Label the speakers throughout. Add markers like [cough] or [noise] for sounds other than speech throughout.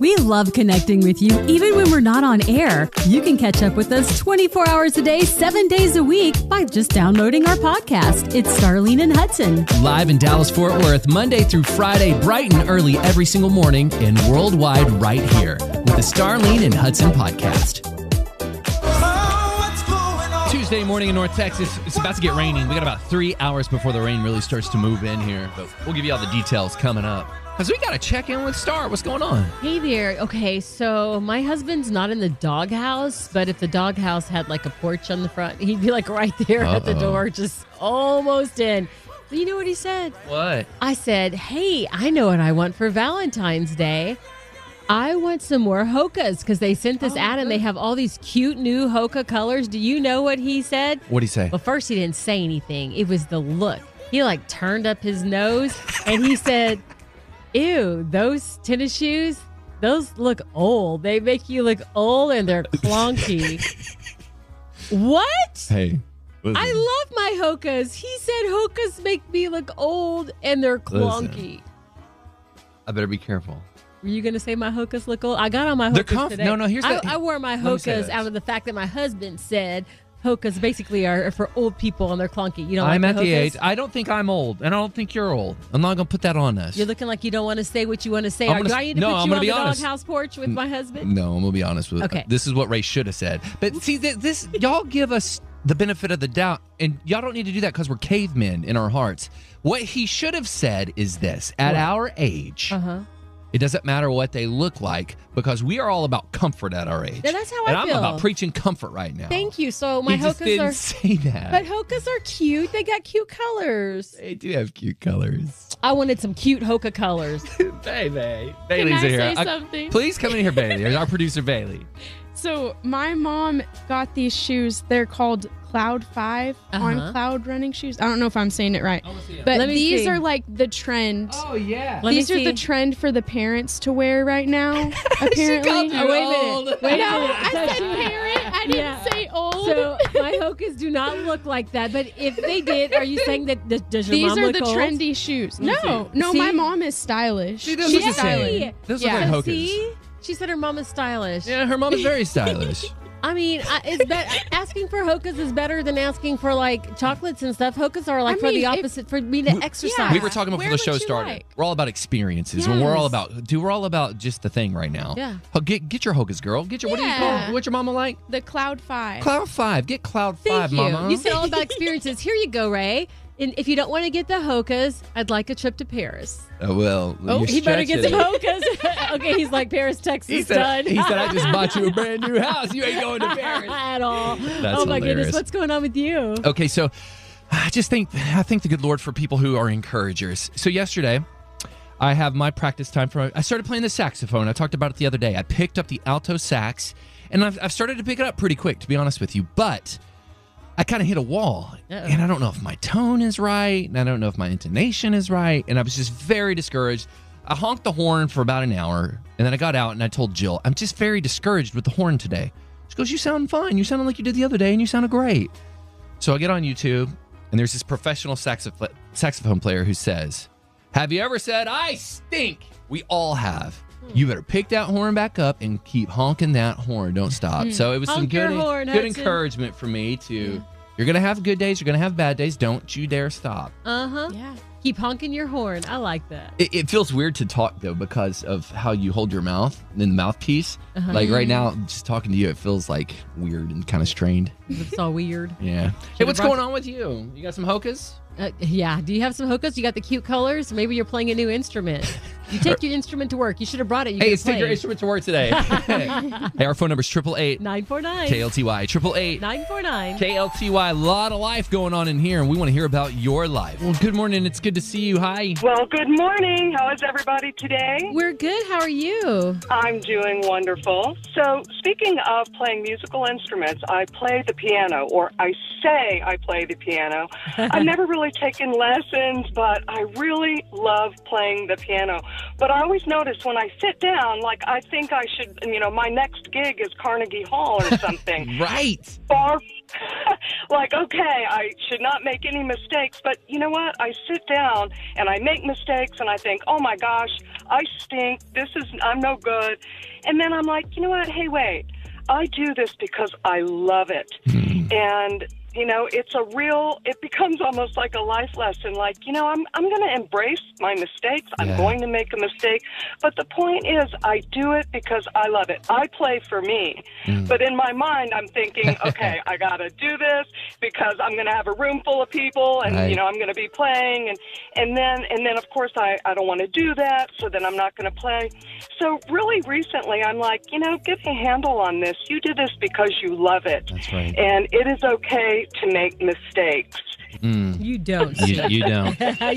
Speaker 1: We love connecting with you even when we're not on air. You can catch up with us 24 hours a day, seven days a week by just downloading our podcast. It's Starlene and Hudson.
Speaker 2: Live in Dallas, Fort Worth, Monday through Friday, bright and early every single morning, and worldwide right here with the Starlene and Hudson podcast. Tuesday morning in North Texas. It's about to get raining. We got about three hours before the rain really starts to move in here, but we'll give you all the details coming up. Because we got to check in with Star. What's going on?
Speaker 3: Hey there. Okay, so my husband's not in the doghouse, but if the doghouse had like a porch on the front, he'd be like right there at the
Speaker 2: Uh-oh.
Speaker 3: door, just almost in. But you know what he said?
Speaker 2: What?
Speaker 3: I said, Hey, I know what I want for Valentine's Day. I want some more Hokas because they sent this ad and they have all these cute new Hoka colors. Do you know what he said?
Speaker 2: What'd he say?
Speaker 3: Well, first he didn't say anything. It was the look. He like turned up his nose and he said, "Ew, those tennis shoes. Those look old. They make you look old and they're clunky." what?
Speaker 2: Hey.
Speaker 3: I love my Hokas. He said Hokas make me look old and they're
Speaker 2: Listen.
Speaker 3: clunky.
Speaker 2: I better be careful.
Speaker 3: Were you gonna say my Hokas look old? I got on my Hokas
Speaker 2: They're comf-
Speaker 3: today.
Speaker 2: no, no, here's
Speaker 3: I,
Speaker 2: the-
Speaker 3: I wore my
Speaker 2: Let me say
Speaker 3: Hokas
Speaker 2: this.
Speaker 3: out of the fact that my husband said Hokas basically are for old people and they're clunky. You know,
Speaker 2: I'm
Speaker 3: like
Speaker 2: at the
Speaker 3: Hokas?
Speaker 2: age. I don't think I'm old, and I don't think you're old. I'm not going to put that on us.
Speaker 3: You're looking like you don't want to say what you want to say.
Speaker 2: I'm
Speaker 3: Are-
Speaker 2: gonna
Speaker 3: Do
Speaker 2: s-
Speaker 3: I need to
Speaker 2: no,
Speaker 3: put
Speaker 2: I'm
Speaker 3: you
Speaker 2: gonna
Speaker 3: on
Speaker 2: be
Speaker 3: the
Speaker 2: honest.
Speaker 3: doghouse porch with my husband?
Speaker 2: No, I'm gonna be honest with. uh,
Speaker 3: Okay.
Speaker 2: This is what Ray should have said. But see, th- this y'all give us the benefit of the doubt, and y'all don't need to do that because we're cavemen in our hearts. What he should have said is this: at our age,
Speaker 3: Uh huh.
Speaker 2: it doesn't matter what they look like because we are all about comfort at our age.
Speaker 3: Yeah, that's how
Speaker 2: and
Speaker 3: I
Speaker 2: I'm
Speaker 3: feel.
Speaker 2: about preaching comfort right now.
Speaker 3: Thank you. So my
Speaker 2: he just
Speaker 3: hokas
Speaker 2: didn't
Speaker 3: are,
Speaker 2: say that.
Speaker 3: but hokas are cute. They got cute colors.
Speaker 2: they do have cute colors.
Speaker 3: I wanted some cute hoka colors.
Speaker 2: Bailey,
Speaker 4: Can I
Speaker 2: Bailey's in here.
Speaker 4: say
Speaker 2: I-
Speaker 4: something?
Speaker 2: please come in here, Bailey. There's our producer, Bailey.
Speaker 4: So my mom got these shoes. They're called Cloud 5
Speaker 3: Uh-huh.
Speaker 4: on Cloud running shoes. I don't know if I'm saying it right,
Speaker 3: Let
Speaker 4: but
Speaker 3: me
Speaker 4: these
Speaker 3: see. Oh.
Speaker 4: are like the trend.
Speaker 2: Oh, yeah.
Speaker 3: Let me
Speaker 4: these are
Speaker 3: see.
Speaker 4: the trend for the parents to wear
Speaker 3: [laughs]
Speaker 4: right now. apparently,
Speaker 3: Oh, wait a minute. Wait
Speaker 4: No,
Speaker 3: a minute.
Speaker 4: I said parent. I didn't
Speaker 3: Yeah.
Speaker 4: say old.
Speaker 3: So my hokas do not look like that. But if they did, are you saying that th- does your
Speaker 4: these
Speaker 3: mom
Speaker 4: are
Speaker 3: look
Speaker 4: the
Speaker 3: old?
Speaker 4: trendy shoes. No,
Speaker 3: see.
Speaker 4: no,
Speaker 3: See?
Speaker 4: my mom is stylish.
Speaker 2: See, those
Speaker 4: She's
Speaker 2: look the
Speaker 4: stylish.
Speaker 2: same. Those
Speaker 4: Yeah.
Speaker 2: look like hokas.
Speaker 3: See, she said her mom is stylish.
Speaker 2: Yeah, her mom is very stylish.
Speaker 3: I mean, I, it's be- asking for hokas is better than asking for like chocolates and stuff. Hokas are like
Speaker 4: I
Speaker 3: for the
Speaker 4: mean, if-
Speaker 3: opposite for me to exercise.
Speaker 2: we were talking about before
Speaker 4: Where
Speaker 2: the
Speaker 4: would
Speaker 2: show
Speaker 4: you
Speaker 2: started.
Speaker 4: like?
Speaker 2: We're all about experiences, and we're all
Speaker 3: Yes.
Speaker 2: about dude. We're all about just the thing right now.
Speaker 3: Yeah.
Speaker 2: Oh, Get get your hokas, girl. Get your what do you
Speaker 4: Yeah.
Speaker 2: call? What's your mama like?
Speaker 4: The Cloud Five.
Speaker 2: Cloud five. Get cloud
Speaker 3: Thank
Speaker 2: five,
Speaker 3: you.
Speaker 2: mama.
Speaker 3: You said all about experiences. Here you go, Ray. And if you don't want to get the hokas, I'd like a trip to Paris.
Speaker 2: oh, well,
Speaker 4: Oh,
Speaker 2: you're
Speaker 3: he better get some
Speaker 2: stretching it.
Speaker 3: hokas. [laughs] okay, he's like Paris, Texas,
Speaker 2: He
Speaker 3: done.
Speaker 2: said, he said, I just bought you a brand new house. You ain't
Speaker 3: [laughs]
Speaker 2: going to Paris.
Speaker 3: at all. oh my
Speaker 2: hilarious. Oh.
Speaker 3: goodness, what's going on with you?
Speaker 2: Okay, so I just think I thank the good Lord for people who are encouragers. So yesterday, I have my practice time for. I started playing the saxophone. I talked about it the other day. I picked up the alto sax, and I've, I've started to pick it up pretty quick, to be honest with you. But I kind of hit a wall, and I don't know if my tone is right, and I don't know if my intonation is right, and I was just very discouraged. I honked the horn for about an hour, and then I got out and I told Jill, "I'm just very discouraged with the horn today." She goes, "You sound fine. You sounded like you did the other day, and you sounded great." So I get on YouTube, and there's this professional saxoph- saxophone player who says, Have you ever said, I stink? We all have.
Speaker 3: Hmm.
Speaker 2: You better pick that horn back up and keep honking that horn. Don't stop. So it was some
Speaker 3: Hmm. Honk your
Speaker 2: good,
Speaker 3: horn,
Speaker 2: good
Speaker 3: Hudson.
Speaker 2: encouragement for me to, you're going to have good days, you're going to have bad days. Don't you dare stop.
Speaker 3: Uh huh.
Speaker 4: Yeah.
Speaker 3: Keep honking your horn. I like that.
Speaker 2: It, it feels weird to talk though because of how you hold your mouth in the mouthpiece.
Speaker 3: Uh-huh.
Speaker 2: Like right now,
Speaker 3: Mm-hmm.
Speaker 2: just talking to you, it feels like weird and kind of strained.
Speaker 3: It's all weird.
Speaker 2: Yeah. Hey, what's
Speaker 3: brought-
Speaker 2: going on with you? You got some hokas?
Speaker 3: [laughs] Uh, yeah. Do you have some hokas? You got the cute colors. Maybe you're playing a new instrument. You take your instrument to work. You should have brought it. You
Speaker 2: Hey,
Speaker 3: could've
Speaker 2: it's take your
Speaker 3: played.
Speaker 2: instrument to work today. hey, our phone number is 888
Speaker 3: 949.
Speaker 2: KLTY. 888
Speaker 3: 949.
Speaker 2: KLTY. A lot of life going on in here, and we want to hear about your life. Well, good morning. It's good to see you. Hi.
Speaker 5: Well, good morning. How is everybody today?
Speaker 3: We're good. How are you?
Speaker 5: I'm doing wonderful. So, speaking of playing musical instruments, I play the piano, or I say I play the piano. I've never really taken lessons, but I really love playing the piano. But I always notice when I sit down, like I think I should, you know, my next gig is Carnegie Hall or something.
Speaker 2: Right.
Speaker 5: far [laughs] like, okay, I should not make any mistakes. But you know what? I sit down and I make mistakes and I think, oh my gosh, I stink. This is, I'm no good. And then I'm like, you know what? Hey, wait, I do this because I love it.
Speaker 2: Mm-hmm.
Speaker 5: and, you know, it's a real, it becomes almost like a life lesson. Like, you know, I'm, I'm going to embrace my mistakes. I'm
Speaker 2: Yeah.
Speaker 5: going to make a mistake. But the point is, I do it because I love it. I play for me.
Speaker 2: Mm.
Speaker 5: But in my mind,
Speaker 2: [laughs]
Speaker 5: I'm thinking, okay, I got to do this because I'm going to have a room full of people and,
Speaker 2: Right.
Speaker 5: you know, I'm going to be playing. And, and then, and then of course, I, I don't want to do that. So then I'm not going to play. So really recently, I'm like, you know, get a handle on this. You do this because you love it.
Speaker 2: That's right.
Speaker 5: And it is okay to make mistakes.
Speaker 3: You don't.
Speaker 2: Mm, You, you don't.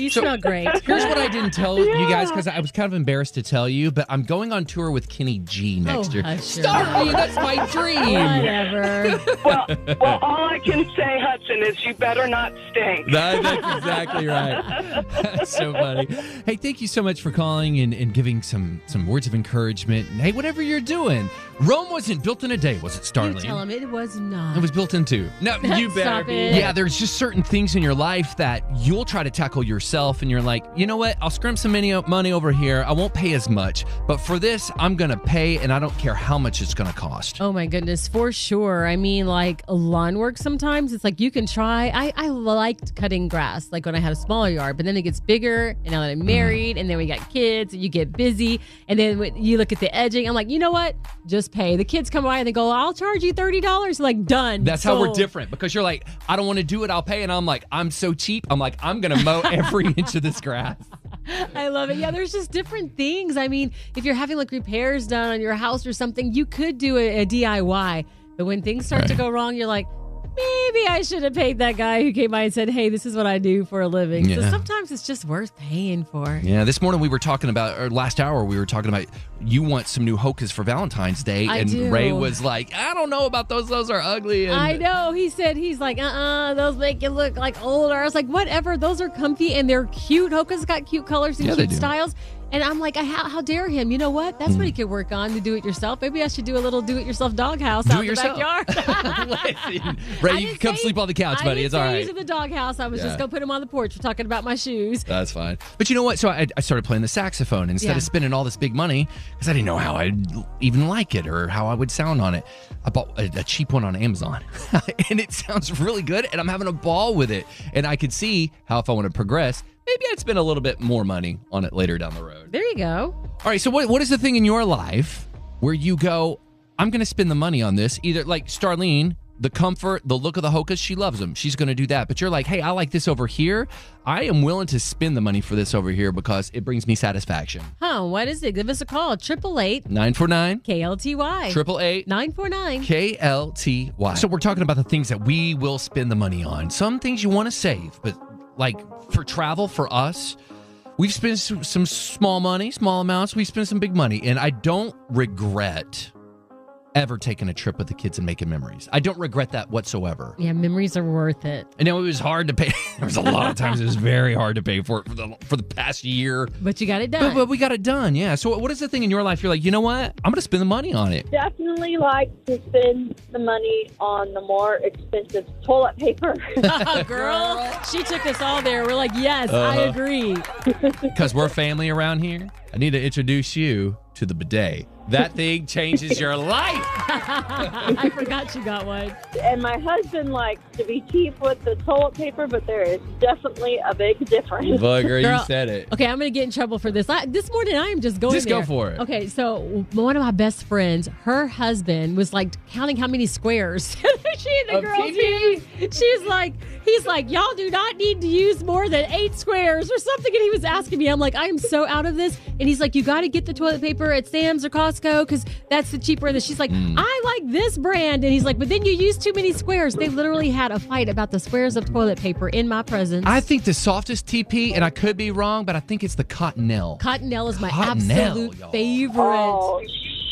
Speaker 3: [laughs] you smell
Speaker 2: [laughs]
Speaker 3: great.
Speaker 2: Here's what I didn't tell you guys because I was kind of embarrassed to tell you, but I'm going on tour with Kenny G next
Speaker 3: Oh,
Speaker 2: year.
Speaker 3: hush your
Speaker 2: Sorry, that's my dream. [laughs]
Speaker 3: Whatever.
Speaker 5: Well, well, all I can say, Hudson, is you better not stink.
Speaker 2: That- that's exactly right. [laughs] That's so funny. Hey, thank you so much for calling and, and giving some some words of encouragement. And hey, whatever you're doing, Rome wasn't built in a day, was it,
Speaker 3: you
Speaker 2: Starling?
Speaker 3: tell him it was not.
Speaker 2: It was built into.
Speaker 3: [laughs]
Speaker 2: No, you better
Speaker 3: Stop
Speaker 2: be.
Speaker 3: it.
Speaker 2: Yeah, there's just certain things in your life that you'll try to tackle yourself, and you're like, you know what? I'll scrimp some money- money over here. I won't pay as much, but for this, I'm gonna pay, and I don't care how much it's gonna cost.
Speaker 3: Oh my goodness, for sure. I mean, like lawn work sometimes, it's like you can try. I, I liked cutting grass, like when I had a smaller yard, but then it gets bigger, and now that
Speaker 2: Mm-hmm.
Speaker 3: I'm married, and then we got kids, and you get busy, and then when you look at the edging. I'm like, you know what? Just pay. The kids come by and they go, I'll charge you $30. Like, done.
Speaker 2: That's how we're
Speaker 3: Sold.
Speaker 2: different because you're like, I don't want to do it. I'll pay, and I'm like, I'm so cheap. I'm like, I'm
Speaker 3: [laughs]
Speaker 2: gonna mow every inch of this grass.
Speaker 3: I love it. Yeah, there's just different things. I mean, if you're having like repairs done on your house or something, you could do a, a DIY. But when things start to go wrong, you're like, maybe I should have paid that guy who came by and said, hey, this is what I do for a living. So
Speaker 2: Yeah.
Speaker 3: sometimes it's just worth paying for.
Speaker 2: Yeah, this morning we were talking about, or last hour we were talking about, you want some new hokas for Valentine's Day,
Speaker 3: I
Speaker 2: and
Speaker 3: do.
Speaker 2: Ray was like, I don't know about those. Those are ugly. And [laughs]
Speaker 3: I know. He said, he's like, uh uh those make you look like older. I was like, whatever. Those are comfy and they're cute. Hoka's got cute colors and
Speaker 2: Yeah, they
Speaker 3: cute
Speaker 2: do. Hmm.
Speaker 3: styles. And I'm like, I, how, how dare him? You know what? That's what he could work on to do it yourself. Maybe I should do a little do it yourself doghouse
Speaker 2: Do
Speaker 3: out
Speaker 2: it
Speaker 3: in the
Speaker 2: yourself.
Speaker 3: backyard. [laughs]
Speaker 2: Listen,
Speaker 3: I
Speaker 2: Ray, you can
Speaker 3: didn't
Speaker 2: come
Speaker 3: say-
Speaker 2: sleep on the couch, buddy.
Speaker 3: I didn't
Speaker 2: It's all
Speaker 3: say
Speaker 2: right.
Speaker 3: He's at the doghouse. I was
Speaker 2: Yeah.
Speaker 3: just gonna put him on the porch. We're talking about my shoes.
Speaker 2: That's fine. But you know what? So I, I started playing the saxophone instead
Speaker 3: Yeah.
Speaker 2: of spending all this big money because I didn't know how I'd even like it or how I would sound on it. I bought a, a cheap one on Amazon [laughs] and it sounds really good and I'm having a ball with it. And I could see how if I want to progress, maybe I'd spend a little bit more money on it later down the road.
Speaker 3: There you go.
Speaker 2: All right. So what, what is the thing in your life where you go, I'm going to spend the money on this? Either like Starlene, the comfort, the look of the Hokas, she loves them. She's going to do that. But you're like, hey, I like this over here. I am willing to spend the money for this over here because it brings me satisfaction.
Speaker 3: Huh? What is it? Give us a call. Triple eight
Speaker 2: 949
Speaker 3: KLTY.
Speaker 2: 888
Speaker 3: Nine four nine.
Speaker 2: KLTY. So we're talking about the things that we will spend the money on. Some things you want to save, but like for travel for us, we've spent s- some small money, small amounts. We've spent some big money, and I don't regret ever taking a trip with the kids and making memories. I don't regret that whatsoever.
Speaker 3: Yeah, memories are worth it.
Speaker 2: I know it was hard to pay. [laughs] there was a lot of times it was very hard to pay for it for the, for the past year.
Speaker 3: But you got it
Speaker 2: But, [laughs]
Speaker 3: done.
Speaker 2: but we got it done, yeah. So what is the thing in your life you're like, you know what? I'm going to spend the money on it.
Speaker 6: definitely like to spend the money on the more expensive toilet
Speaker 3: [laughs]
Speaker 6: paper. [laughs]
Speaker 3: Oh, girl, she took us all there. We're like, yes, I
Speaker 2: Uh-huh.
Speaker 3: agree.
Speaker 2: Because we're family around here, I need to introduce you to the bidet. That thing changes your life.
Speaker 3: I forgot you got one.
Speaker 6: and my husband likes to be cheap with the toilet paper, but there is definitely a big difference.
Speaker 2: Bugger,
Speaker 3: Girl.
Speaker 2: said it.
Speaker 3: Okay, I'm gonna get in trouble for this. I, this morning, I am just going.
Speaker 2: Just go
Speaker 3: there.
Speaker 2: for it.
Speaker 3: Okay, so one of my best friends, her husband was like counting how many squares [laughs] she and the
Speaker 2: Of
Speaker 3: girls used. She's like, he's like, y'all do not need to use more than eight squares or something. And he was asking me, I'm like, I am so out of this. And he's like, you got to get the toilet paper at Sam's or Costco because that's the cheaper. And she's like,
Speaker 2: Hmm.
Speaker 3: I like this brand. And he's like, but then you use too many squares. They literally had a fight about the squares of toilet paper in my presence.
Speaker 2: I think the softest TP, and I could be wrong, but I think it's the Cottonelle.
Speaker 3: Cottonelle is my
Speaker 2: Cottonelle,
Speaker 3: absolute
Speaker 2: y'all.
Speaker 3: favorite.
Speaker 6: Oh,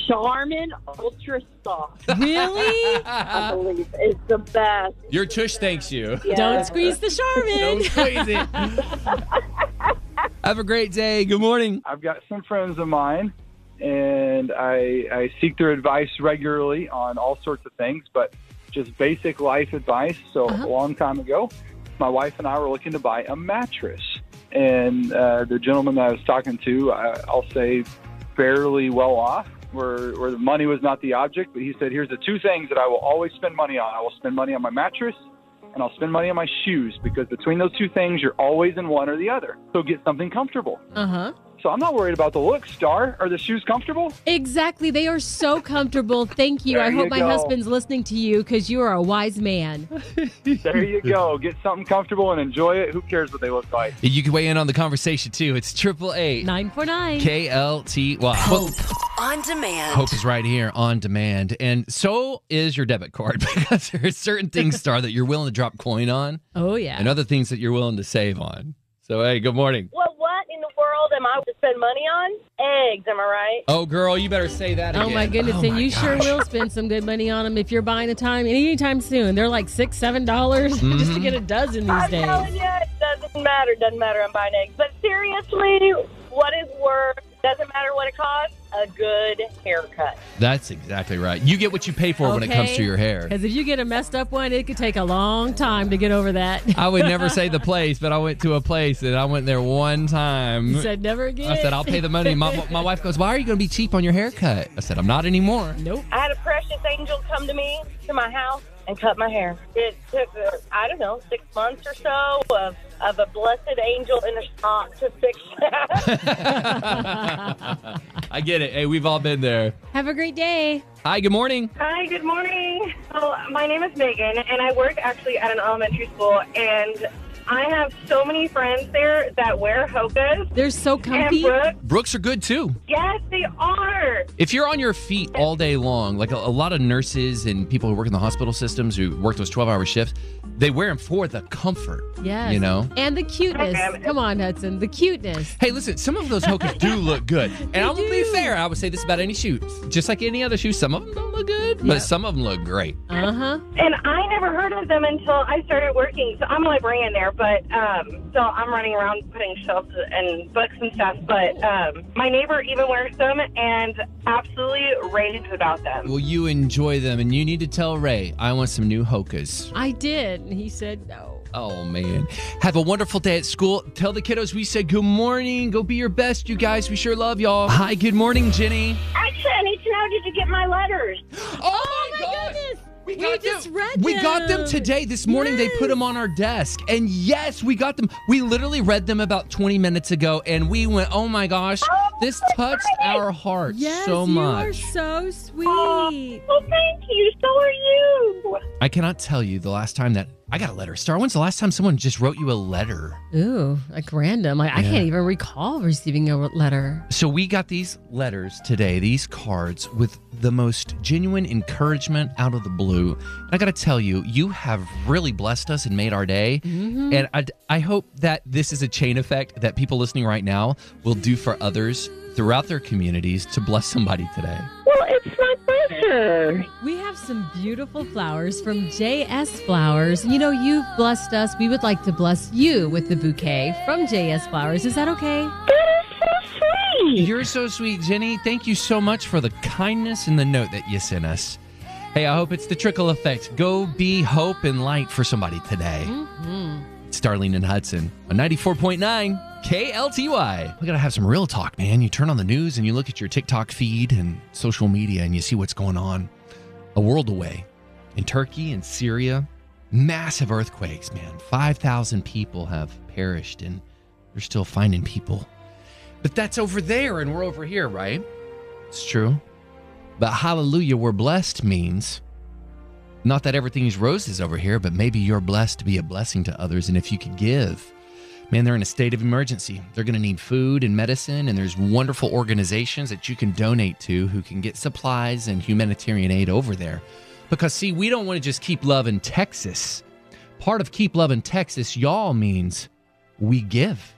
Speaker 6: Charmin Ultra Soft,
Speaker 3: [laughs] Really? [laughs]
Speaker 6: I believe, is the best.
Speaker 2: Your tush thanks you.
Speaker 6: Yes.
Speaker 3: Don't squeeze the Charmin. [laughs]
Speaker 2: squeeze it. Have a great day. Good morning.
Speaker 7: [laughs] I've got some friends of mine, and I, I seek their advice regularly on all sorts of things. But just basic life advice. So
Speaker 1: Uh-huh.
Speaker 7: a long time ago, my wife and I were looking to buy a mattress, and uh, the gentleman that I was talking to, I, I'll say, fairly well off. Where, where the money was not the object, but he said, "Here's the two things that I will always spend money on. I will spend money on my mattress, and I'll spend money on my shoes because between those two things, you're always in one or the other. So get something comfortable.
Speaker 3: Uh huh.
Speaker 7: So I'm not worried about the look, Star. Are the shoes comfortable?
Speaker 3: Exactly. They are so comfortable. Thank you.
Speaker 7: There
Speaker 3: I hope
Speaker 7: you
Speaker 3: my
Speaker 7: go.
Speaker 3: husband's listening to you because you are a wise man.
Speaker 7: There you go. Get something comfortable and enjoy it. Who cares what they look like?
Speaker 2: You can weigh in on the conversation too. It's triple eight
Speaker 3: 949.
Speaker 2: K L T Y. Hope.
Speaker 8: on demand.
Speaker 2: Hope is right here on demand, and so is your debit card [laughs] because there are certain things, Star, that you're willing to drop coin on,
Speaker 3: Oh, yeah.
Speaker 2: and other things that you're willing to save on. So hey, good morning.
Speaker 6: Well, what in the world am I to spend money on? Eggs, am I right?
Speaker 2: Oh girl, you better say that.
Speaker 3: Oh my
Speaker 2: again.
Speaker 3: goodness!
Speaker 2: Oh,
Speaker 3: and
Speaker 2: my
Speaker 3: you sure
Speaker 2: gosh.
Speaker 3: will spend some good money on them if you're buying a time anytime soon. They're like six, seven dollars [laughs] just to
Speaker 2: Mhm.
Speaker 3: get a dozen these
Speaker 6: I'm
Speaker 3: days.
Speaker 6: telling you, it doesn't matter. Doesn't matter. I'm buying eggs. But seriously, what is worth? Doesn't matter what it costs. A good haircut.
Speaker 2: That's exactly right. You get what you pay for when it comes
Speaker 3: Okay.
Speaker 2: to your hair.
Speaker 3: Because if you get a messed up one, it could take a long time to get over that.
Speaker 2: I would never say the place, but I went to a place and I went there one time.
Speaker 3: You [laughs] said never again.
Speaker 2: I said, I'll pay the money. My, my wife goes, Why are you going to be cheap on your haircut? I said, I'm not anymore.
Speaker 3: Nope.
Speaker 6: I had a precious angel come to me to my house and cut my hair. It took uh, I don't know six months or so of of a blessed angel in a sock to fix that.
Speaker 2: I get it. Hey, we've all been there.
Speaker 3: Have a great day.
Speaker 2: Hi, good morning.
Speaker 9: [laughs] Hi, good morning. Well, my name is Megan, and I work actually at an elementary school, and I have so many friends there that wear hokas.
Speaker 3: They're so
Speaker 9: And
Speaker 3: comfy.
Speaker 9: Brooke,
Speaker 2: Brooks are good too.
Speaker 9: yes, they are.
Speaker 2: If you're on your feet all day long, like a, a lot of nurses and people who work in the hospital systems who work those 12 hour shifts, they wear them for the comfort.
Speaker 3: Yes.
Speaker 2: You know?
Speaker 3: And the cuteness.
Speaker 9: Okay.
Speaker 3: Come on, Hudson. The cuteness.
Speaker 2: Hey, listen, some of those hokas do
Speaker 3: [laughs]
Speaker 2: look good. And I'm going to be
Speaker 3: do.
Speaker 2: fair. I would say this about any shoe. Just like any other shoe, some of them don't look good, but
Speaker 3: Yep.
Speaker 2: some of them look great.
Speaker 3: Uh huh.
Speaker 9: And I never heard of them until I started working. So I'm a librarian there, but um, so I'm running around putting shelves and books and stuff. But um, my neighbor even wears them and absolutely raves about them.
Speaker 2: Well, you enjoy them, and you need to tell Ray, I want some new hokas.
Speaker 3: I did. And he said no.
Speaker 2: Oh, man. Have a wonderful day at school. Tell the kiddos we said good morning. Go be your best, you guys. We sure love y'all. Hi, good morning, Jenny.
Speaker 9: Actually, I need to know did you get my letters?
Speaker 2: Oh,
Speaker 3: my goodness. We just
Speaker 2: them.
Speaker 3: read
Speaker 2: We got them
Speaker 3: them.
Speaker 2: today. This morning they put them on our desk. And yes, we got them. We literally read them about 20 minutes ago and we went, "Oh my gosh, this touched our hearts
Speaker 3: Yes,
Speaker 2: so
Speaker 3: you
Speaker 2: much."
Speaker 3: are so sweet.
Speaker 9: Well, thank you. So are you.
Speaker 2: I cannot tell you the last time that I got a letter. Star, when's the last time someone just wrote you a letter?
Speaker 3: Ooh, like random. Like I
Speaker 2: Yeah.
Speaker 3: can't even recall receiving a letter.
Speaker 2: So we got these letters today, these cards with the most genuine encouragement out of the blue. And I got to tell you, you have really blessed us and made our day.
Speaker 3: Mhm.
Speaker 2: And I, I hope that this is a chain effect that people listening right now will do for others throughout their communities to bless somebody today.
Speaker 6: Well, it's my pleasure.
Speaker 3: We have some beautiful flowers from JS Flowers. You know, you've blessed us. We would like to bless you with the bouquet from JS Flowers. Is that okay?
Speaker 2: You're so sweet, Jenny. Thank you so much for the kindness and the note that you sent us. Hey, I hope it's the trickle effect. Go be hope and light for somebody today. It's Darlene and Hudson on 94.9 KLTY. We got to have some real talk, man. You turn on the news and you look at your TikTok feed and social media and you see what's going on a world away in Turkey and Syria. Massive earthquakes, man. 5,000 people have perished and they're still finding people. But that's over there and we're over here, right? It's true. But hallelujah, we're blessed means not that everything's roses over here, but maybe you're blessed to be a blessing to others. And if you could give, man, they're in a state of emergency. They're going to need food and medicine. And there's wonderful organizations that you can donate to who can get supplies and humanitarian aid over there. Because, see, we don't want to just keep loving Texas. Part of keep loving Texas, y'all, means we give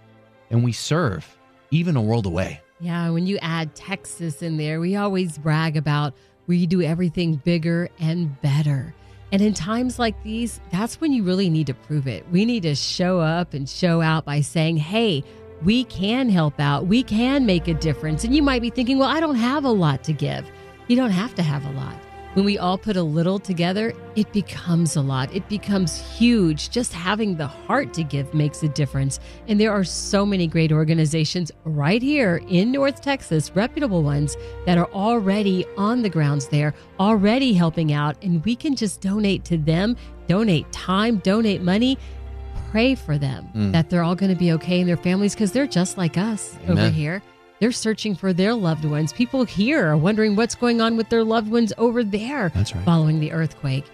Speaker 2: and we serve, even a world away.
Speaker 3: Yeah, when you add Texas in there, we always brag about we do everything bigger and better. And in times like these, that's when you really need to prove it. We need to show up and show out by saying, hey, we can help out, we can make a difference. And you might be thinking, well, I don't have a lot to give. You don't have to have a lot. when we all put a little together, it becomes a lot. It becomes huge. Just having the heart to give makes a difference. And there are so many great organizations right here in North Texas, reputable ones that are already on the grounds there, already helping out. And we can just donate to them, donate time, donate money. Pray for them
Speaker 2: Mm.
Speaker 3: that they're all going to be okay and their families because they're just like us over
Speaker 2: Amen.
Speaker 3: here. They're searching for their loved ones. People here are wondering what's going on with their loved ones over there
Speaker 2: That's right.
Speaker 3: following the earthquake.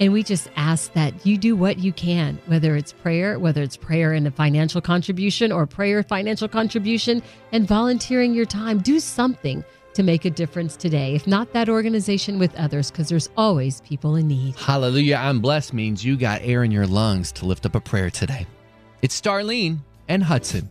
Speaker 3: And we just ask that you do what you can, whether it's prayer, whether it's prayer and a financial contribution or prayer, financial contribution, and volunteering your time. Do something to make a difference today, if not that organization with others, because there's always people in need.
Speaker 2: Hallelujah, I'm blessed means you got air in your lungs to lift up a prayer today. It's Starlene and Hudson.